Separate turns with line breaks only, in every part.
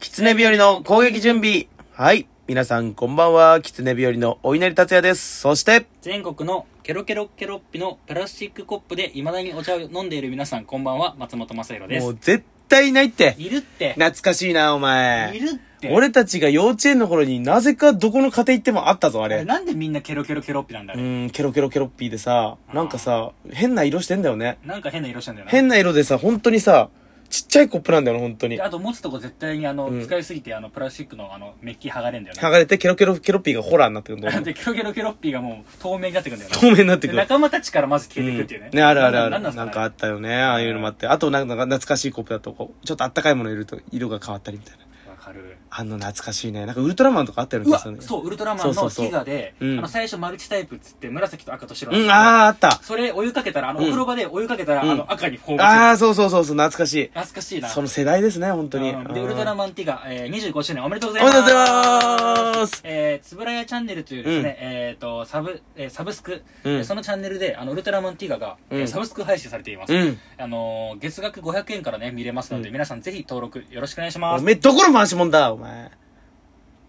狐日和の攻撃準備。はい。皆さん、こんばんは。狐日和のお稲荷達也です。そして、
全国のケロケロケロッピのプラスチックコップでいまだにお茶を飲んでいる皆さんこんばんは松本雅宏で
もう
す
絶対ないって。
いるって
懐かしいな、お前。
いるって
俺たちが幼稚園の頃になぜかどこの家庭行ってもあったぞ、あ
あれ
れ。
なんでみんなケロケロケロッピなんだあ
う
れ
ん、ケロケロケロッピーでさ、なんかさ、変な色してんだよね。
なんか変な色してんだよな
変な色でさ、本当にさ、ちっちゃいコップなんだよな、本当に
で。あと持つとこ絶対にあの、
うん
使いすぎてあのプラスチックのあのメッキ剥がれんだよ
剥
な
がれてケロケロケロッピーがホラーになってくるんだよね。
でケロケロケロッピがもう透明になってくんだよな
透明になって
で
くる。
仲間たちからまず消えてくっていうね、
ね、あるあるある。
な
なんん
なん
か
か
あったよね。ああいうのもあって。あと、なんか懐かしいコップだと、こう、ちょっとあったかいもの入れると色が変わったりみたいな。
わかる
あの懐かしいね。なんかウルトラマンとかあったよね。
うわ
確かね
そうウルトラマ
そ
ン
うそ
の
うそう
ティガで
うん
あの最初マルチタイプっつって紫と赤と白な
う
んだけ
ん、
ど
ああ、あった。
それお湯かけたらあの
うん
お風呂場でお湯かけたら、
うん
あの赤にフォームす
あ
る
あ、そうそうそうそう、懐かしい。
懐かしいな
その世代ですね、本当に。
うんで
うん
ウルトラマンティガ、えー、25周年おめでとうござ
お
い
め
ま
ですとうございます
えー、つぶらやチャンネルというですね、えっ、と、サブ、えーサブスク、
うん
えーそのチャンネルで、あの、ウルトラマンティガが、
うん
えーサブスク配信されています。
うん
あのー月額500円からね、見れますので、
うん
皆さんぜひ登録よろしくお願いしま
お
す。
めえ、どこの回しもんだ、お前。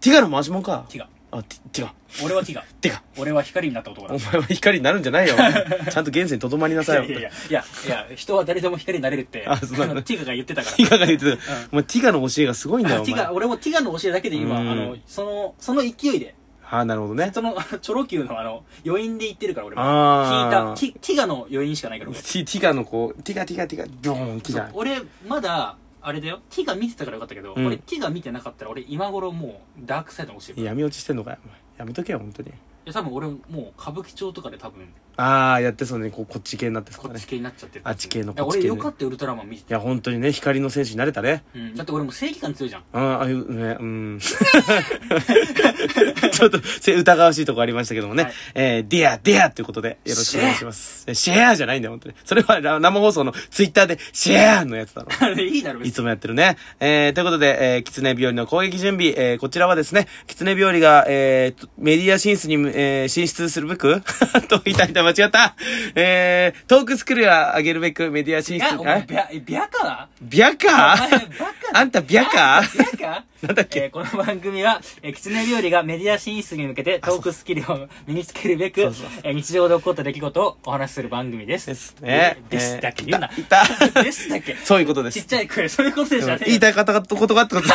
ティガの回しもんか。
ティガ。
あ、ティティガ。
俺はティガ。
ティガ。
俺は光になった男
お
だ。
前は光になるんじゃないよ。 ちゃんと現世にとどまりなさいよ。
いやいやいや、いや、人は誰でも光になれるって、
あそうなの
のティガが言ってたから
テ。ィガが言ってた。お前、ティガの教えがすごいんだよ、
あ
お
ティ
前。
ガ、
あ
俺もティガの教えだけで今、
うん
あの、その、その勢いで、
あー、なるほどね。
その、あ のチョロ Q のあの、余韻で言ってるから俺も。聞い
あ
た
あ。
ティ、ティガの余韻しかないから俺。
ティティガのこう、ティガティガティガ、ドーン、ティガ。
俺、まだ、あれだよ、ティガ見てたからよかったけど、
うん
俺ティガ見てなかったら俺今頃もう、ダークサイドの教えてる。い
闇落ちしてんのかよ、お前やめとけよ、本当に。
や、多分俺もう歌舞伎町とかで多分、
ああ、やってそうね、こう、こっち系になってそう
こ
だ
っ
ね。
ち
い
系になっちゃってる。
あっち系の
いや
こっち系ね
俺よかったよウルトラマン見てて。
や、本当にね、光の戦士になれたね。
うん、だって俺もう正義感強い じゃん。
ああ、ああいう、ね、 うん。ちょっと、せ疑わしいとこありましたけどもね。
はい
えー、ディア、ディアということで、よろしくお願いします。えシェアじゃないんだよ、本当に。それは、ら生放送のツイッターで、シェアのやつだろ。
いいだろ、別
い
に。
つもやってるね。えー、ということで、えー、狐日和の攻撃準備、えー、こちらはですね、狐日和が、えーと、メディア進出に、えー、進出するべくと言いたいと間違った。えー、トークスクールを上げるべくメディア進
い
出、
や、お前、
あ
ビャ、えビャかな
ビャカ
お前バカだ
あんたビャカ
あんたビャカ
なんだっけ
えーこの番組は、えー、キツネ日和がメディア進出に向けてトークスキルを身につけるべく、
そうそう
えー日常で起こった出来事をお話しする番組です。
ですね
えーですだけ言うな。
いたいた
ですだけ。
そういうことで
ちっ
す。
ちゃい声、そういうことでしょ。
言いたい方が、ことがあったこと、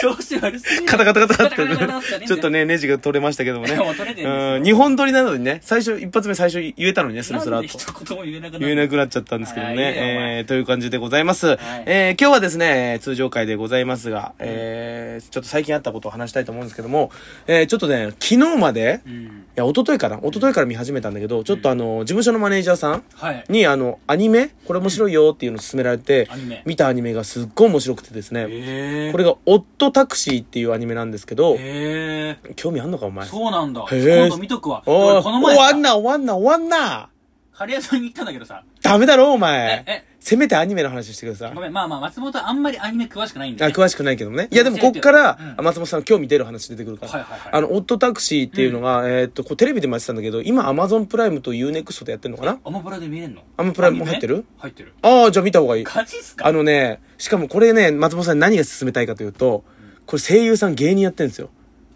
調子悪すぎる。
カタカタカタカタ
カタカタカタカタ
って、ちょっとね、ネジが取れましたけどもね。
いやもう取れてるんですよ
うん、日本撮りなのにね、最初、一発目最初言えたのにね、スラス
な
ラ
ん
と
で。一言も言えなくなる
言えなくなっちゃったんですけどね。
はいいいよ
えー、という感じでございます。えー、今日はですね、えー通常会でございますが、えー、ちょっと最近あったことを話したいと思うんですけども、えー、ちょっとね、昨日まで、
う
い
ん。
や、一昨日かな一昨日から見始めたんだけど、ちょっとあの、事務所のマネージャーさん
はい。
に、あの、アニメこれ面白いよっていうのを勧められて
アニメ、
見たアニメがすっごい面白くてですね、
えー。
これが、オットタクシーっていうアニメなんですけど、
えー。
興味あんのかお前。
そうなんだ。
へー
今度見とくわ。
お
俺
い、
この前
終わん
さ、
な、終わんな、終わんな
カレー屋さんに行ったんだけどさ、
ダメだろ、お
え
前、。
え、
せめてアニメの話してください
ご。めん、まあまあ、松本はあんまりアニメ詳しくないんで、
あ
ね。
詳しくないけどね。いや、でも
教え
こって
よ
から、
う
松本さん興味出る話出てくるから。
はいはいはい
あの、オットタクシーっていうのが、えーっと、こうテレビでもやってたんだけど、今アマゾンプライムと UNEXT でやってるのかな
アマプラで見れんの
アマプラも入ってる
アニメ入ってる。
ああ、じゃあ見た方がいい。
ガチっすか
あのね、しかもこれね、松本さんに何が勧めたいかというと、これ声優さん芸人やってるんですよ。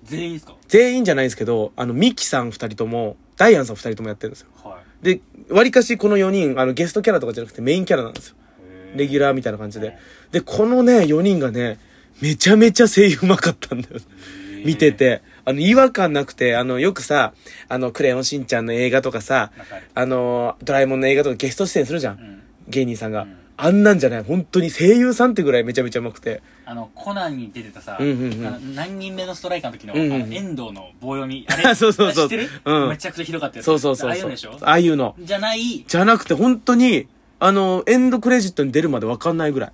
全員っすか
全員じゃないんですけど、あの、ミキさん二人とも、ダイアンさん二人ともやってるんですよ。
はい。
で、割かしこの4人、あの、ゲストキャラとかじゃなくてメインキャラなんですよ。
へー
レギュラーみたいな感じで。で、このね、4人がね、めちゃめちゃ声優うまかったんだよ。見てて。あの、違和感なくて、あの、よくさ、あの、クレヨンしんちゃんの映画とかさ
わかる、
あの、ドラえもんの映画とかゲスト出演するじゃん。
ん
芸人さんが。あんなんじゃない。本当に声優さんってぐらいめちゃめちゃうまくて。
あの、コナンに出てたさ、
うんうんうん
あの何人目のストライカーの時の、
うんうん
あの遠藤の棒読 み。あれ
そうそうそう
知ってる、
うん
めちゃくちゃひどかったやつ。
そうそうそうそう。
ああいうんでしょ
ああいうの。
じゃない、
じゃなくて、本当に、あの、エンドクレジットに出るまでわかんないぐらい。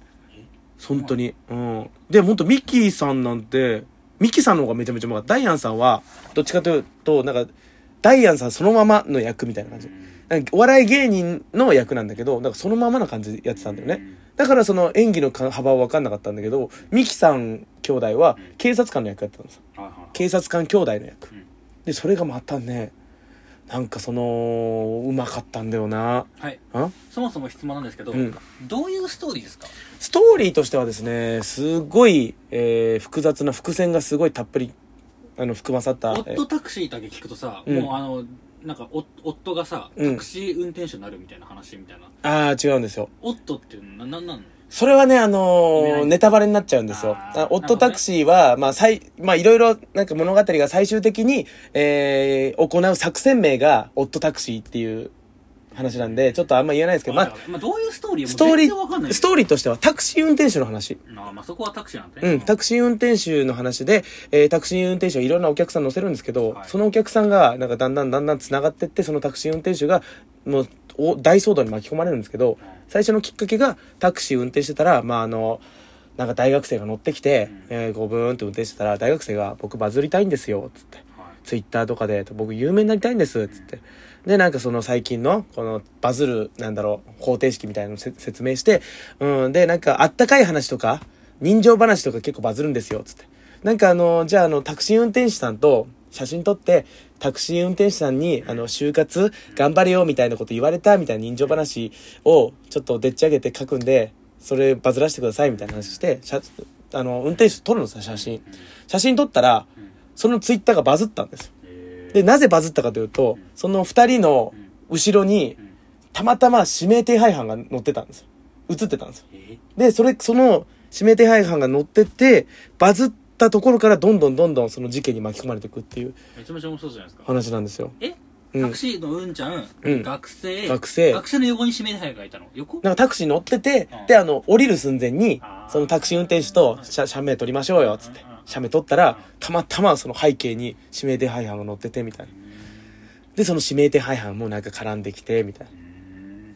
本当に。うん。で、本当ミッキーさんなんて、ミッキーさんの方がめちゃめちゃうまかった。ダイアンさんは、どっちかというと、なんか、ダイアンさんそのままの役みたいな感じ。なんかお笑い芸人の役なんだけど、なんかそのままな感じでやってたんだよね。だからその演技のか幅は分かんなかったんだけど、ミキさん兄弟は警察官の役やってたんですよ。
はいはい
警察官兄弟の役。
うん
で、それがまたね、なんかそのうまかったんだよな
はい
あ
そもそも質問なんですけど、
うん
どういうストーリーですか
ストーリーとしてはですねすごい、えー複雑な伏線がすごいたっぷりあの含まさった
オ
え
ットタクシーだけ聞くとさ、
うん
もうあのなんかお夫がさ
うん
タクシー運転手になるみたいな話みたいな、
ああ違うんですよ
オットっていうのはななんなん
それはね、あの
見な
ー
い
ネタバレになっちゃうんですよ。
あー
あオットタクシーは、まあ、最、まあ、いろいろ、なんか物語が最終的に、えー、行う作戦名が、オットタクシーっていう話なんで、ちょっとあんま言えないですけ
の
ど、
ま
ま
あ
あ、、
まあ、どういうストーリーも
ストーリ
全然わかんない
ー、ストーリーとしては、タクシー運転手の話。
あまあそこはタクシーなんだね
うん、タクシー運転手の話で、えータクシー運転手はいろんなお客さん乗せるんですけど、
はい
そのお客さんが、なんかだんだんだんだん繋がってって、そのタクシー運転手が、もう、お大騒動に巻き込まれるんですけど、最初のきっかけが、タクシー運転してたら、まああの、なんか大学生が乗ってきて、
うん
えーこうブーンって運転してたら、大学生が、僕バズりたいんですよ、つって。
はい
ツイッターとかで、僕有名になりたいんです、つって。で、なんかその最近の、このバズる、なんだろう、方程式みたいなのをせ説明して、うん、で、なんかあったかい話とか、人情話とか結構バズるんですよ、つって。なんかあの、じゃああの、タクシー運転手さんと写真撮って、タクシー運転手さんに、あの、就活頑張れよ、みたいなこと言われた、みたいな人情話を、ちょっとでっち上げて書くんで、それバズらせてください、みたいな話して、写あの、運転手撮るのさ、写真。写真撮ったら、
うんうん
そのツイッターがバズったんですよ。
えー
で、なぜバズったかというと、その二人の
うん
後ろに
う、ん
たまたま指名手配犯が乗ってたんですよ。映ってたんですよ。
え
で、それ、その指名手配犯が乗ってて、バズったところからどんどんどんどんその事件に巻き込まれていくっていう
めちゃめちゃ面白そうじゃないですか
話なんですよ。
え
うん。
タクシーのうんちゃん、
うん
学生
学生
学生の横に指名手配がいたの横
なんかタクシー乗ってて
うん、
で、あの、降りる寸前に
あ、ー
そのタクシー運転手と、車、車名取りましょうよ、つって
うんうん。
車名取ったら、たまたまその背景に指名手配犯が乗ってて、みたいな。で、その指名手配犯もなんか絡んできて、みたいな。
うん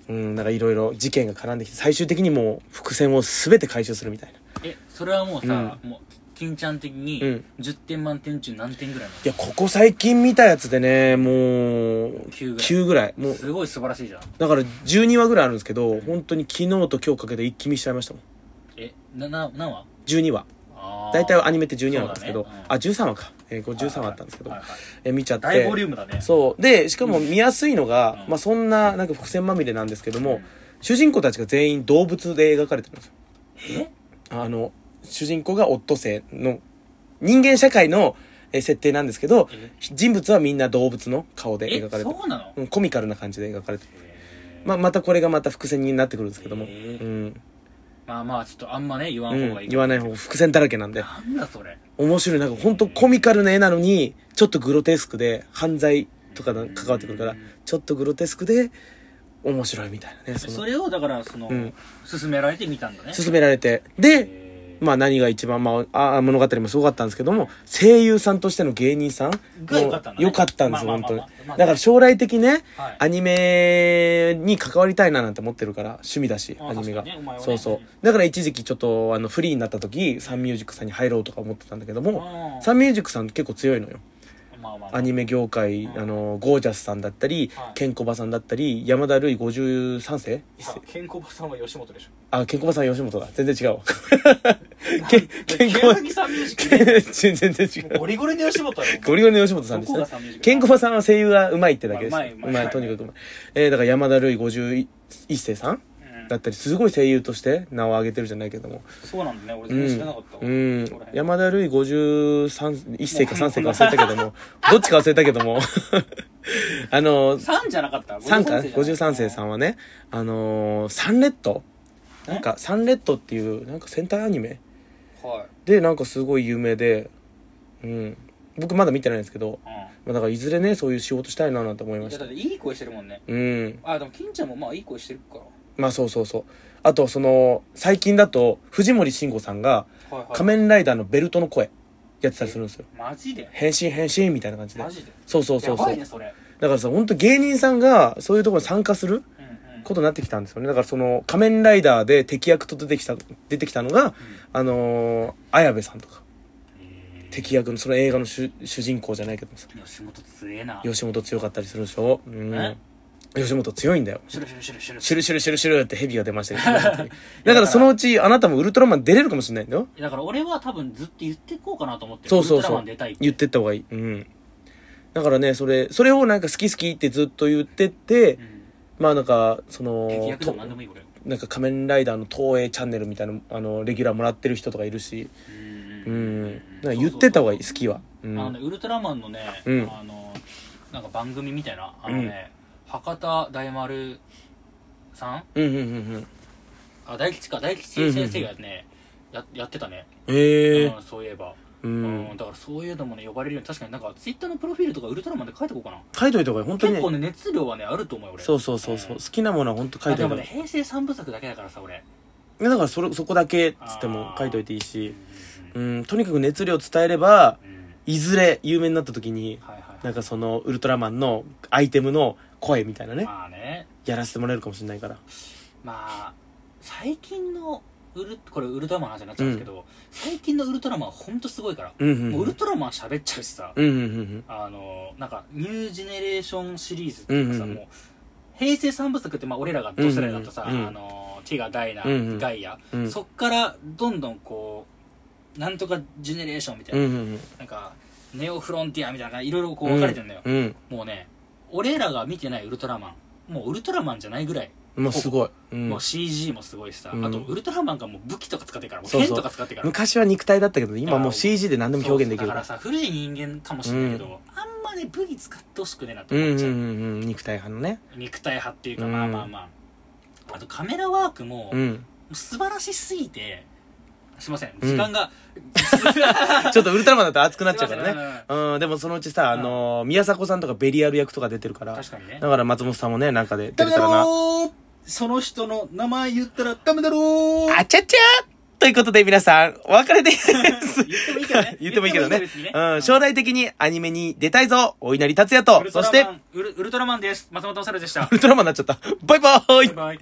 うん、なんかいろいろ事件が絡んできて、最終的にもう伏線を全て回収するみたいな。い
えそれはもうさ、もう金ちゃん的に
うん
10点満点中何点ぐらいなの
や、ここ最近見たやつでね、もう、
9ぐらい
9ぐらい。もう、
すごい素晴らしいじゃん
だから12話ぐらいあるんですけど、本当に昨日と今日かけて一気見しちゃいましたもん。
えなな何話
12話。
あー
大体アニメって12話なんですけど、
そうだねうん
あ、13話か。えー、これ13話あったんですけど、
はいはい
えー見ちゃって。
大ボリュームだね
そう。で、しかも見やすいのが、
うん
まあそんな、なんか伏線まみれなんですけども、
うん
主人公たちが全員動物で描かれてるんですよ。
え
あの、主人公がオットセイの、人間社会のえー設定なんですけど
え、
人物はみんな動物の顔で
え
描かれてる
そうなの、
うんコミカルな感じで描かれてる。
えー
まあ、またこれがまた伏線になってくるんですけども。
へー
うん。
まあまあちょっとあんまね言わ
うん
方がい
ん。
い、
言わない方が伏線だらけなんで。
なんだそれ
面白い。なんか本当コミカルな絵なのに、ちょっとグロテスクで、犯罪とかな関わってくるから、ちょっとグロテスクで、面白いみたいなね。そ
そ
の、
れをだからその、
うん
勧められてみたんだね
勧められて。で、
えー
まあ何が一番、まあ、あ物語もすごかったんですけども、声優さんとしての芸人さん
が良かったんだね
良かったんですよ、
まあ
本
まあ
当
まあ
に
まあまあ。
だから将来的ね、
はい
アニメに関わりたいななんて思ってるから、趣味だし、
あ
アニメが
確かにねお前。はね
そうそう。だから一時期ちょっと、あの、フリーになった時、サンミュージックさんに入ろうとか思ってたんだけど
う
も、
ん
サンミュージックさん結構強いのよ。
まあまあまあ
アニメ業界、
うん
あの、ゴージャスさんだったり
はい、
ケンコバさんだったり、山田るい53世
あケンコバさんは吉本でしょ
あ、ケンコバさん吉本だ。全然 違うわ。ケン、ケンコバ
急。にさんミュージックね
全然違う。
ゴリゴリの吉本だろ
ゴリゴリの吉本さんでし
どこが
た
さんミュージ
ね
ッ。ク
ケンコバさんは声優がうまいってだけです。
まあうまいうまいう
まい、とにかくうまい。えー、だから山田るい51世さん
うん
だったり、すごい声優として名を上げてるじゃないけども。
そうなんだね
う
俺全然知らなかった
ん。
わ、ここら辺
山田るい53、1世か3世か忘れたけど も、どっちか忘れたけども、 あの、
3じゃなかった
3か ?53 世さ
ん
んはね、あのー、サンレッドなんか、サンレッドっていう、なんか戦隊アニメ
はい、
で、なんかすごい有名で、うん。僕まだ見てないんですけど、まあ、だからいずれねそういう仕事したいななんて思い
うん、
ま
い
し
やだ
た
っていい声してるもんね
うん
あでも金ちゃんもまあいい声してるか
まあそうそうそうあとその最近だと藤森慎吾さんが
らはいはい
仮面ライダーのベルトの声やってたりするんですよ
マジで
変身変身みたいな感じで
マジで
そうそうそう
や
そ
ば
う
いねそれ
だからさ本当芸人さんがそういうところに参加する
うんうん
ことになってきたんですよねだからその仮面ライダーで敵役と出てきた出てきたのが、あのー、綾部さんとか敵役のその映画の主主人公じゃないけどさ
吉本強えな
吉本強かったりするでしょ、うん
え、
吉本強いんだよ
シュルシュルシュルシュル
シュルシュルシュルシュルってヘビが出ましたけど、本 当にだからそのうちあなたもウルトラマン出れるかもしれないんだよ。
だから俺は多分ずっと言っていこうかなと思ってる
そうそうそう
ウルトラマン出たいって
言ってった方がいい。うん。だからね、それ、それをなんか好き好きってずっと言ってて、まあなんか、そ
敵
の、
役でも何でもいいこれ
なんか仮面ライダーの東映チャンネルみたいな、あの、レギュラーもらってる人とかいるし、
う
うん。なんか言ってた方がいい、好きは。う
あのね
ん。
ウルトラマンのね、
うん
あのなんか番組みたいなあのね、博多大丸さん
うんうんうんうん。
あ大吉か大吉先生がね、ややってたね、
ええ
うんそういえば、
う
うん
ん。
だからそういうのもね呼ばれるように確かになんかツイッターのプロフィールとかウルトラマンで書いてこうかな
書いといた方がいい、本当に
結構
ね。
ね熱量はねあると思うよ俺
そうそうそうそう。
ん
好きなものは本当書い
あ
と
で
いた方
も
が
ね
いい。
平成三部作だけだからさ俺、
だからそれ、そこだけっつっても書いといていいし、
う
うんん、とにかく熱量を伝えれば、
うん
いずれ有名になった時に、
はいはい
なんかその、ウルトラマンのアイテムの声みたいなね、
まあね
やらせてもらえるかもしれないから。
まあ最近のウルこれウルトラマンの話になっちゃうんですけど、最近のウルトラマンはほんとすごいから、
うんうん
も
う。
うんウルトラマン喋っちゃうしさ、
うんうんうん
あのなんかニュージェネレーションシリーズっていうかさ、
うんうんうん
もう平成三部作ってまあ俺らが同世代だとさ、
うんうんうん
あのティガダイナ、
うんうん
ガイア、
うん。うん。
そっからどんどんこうなんとかジェネレーションみたい
うん
な、
うんうん。
なんかネオフロンティアみたいないろいろこう分かれてんだよ、
うん。
もうね俺らが見てないウルトラマンもうウルトラマンじゃないぐらい
もうすごい。うん
もう CG もすごいしさ、
うん
あとウルトラマンがもう武器とか使ってるからもう
そう
剣
そう
とか使ってるから
昔は肉体だったけど、今もう CG で何でも表現できる
そうそうだ
か
からら。さ古い人間かもしれないけど、あんまね武器使ってほしくねえなって
うん
思っ
うん
ち
う
ゃう、
んうん。肉体派のね。
肉体派っていうか、
うん
まあまあまああとカメラワークも、
うん。
素晴らしすぎてすいません
うん
時間が、
ちょっとウルトラマンだと熱 くなっちゃうから
すいま
ね。
せんうん
うん、でもそのうちさ、あのー、宮迫さんとかベリアル役とか出てるから、
確かにね
だから松本さんもね、なんかで出
ダ
て
メ
た
だ
らな。
ろーその人の名前言ったらダメだろー
あちゃちゃーということで皆さん、お別れです。
言ってもいいけどね
言ってもいいけど
言
ね
ってもいいけ。どね
うん、将来的にアニメに出たいぞお稲荷達也
ウ
と、
ル
そ
ト
して
ラ マ、ンウルウルトラマンです松本おさるでした
ウルトラマンになっちゃった。バイバーイ
バイバイ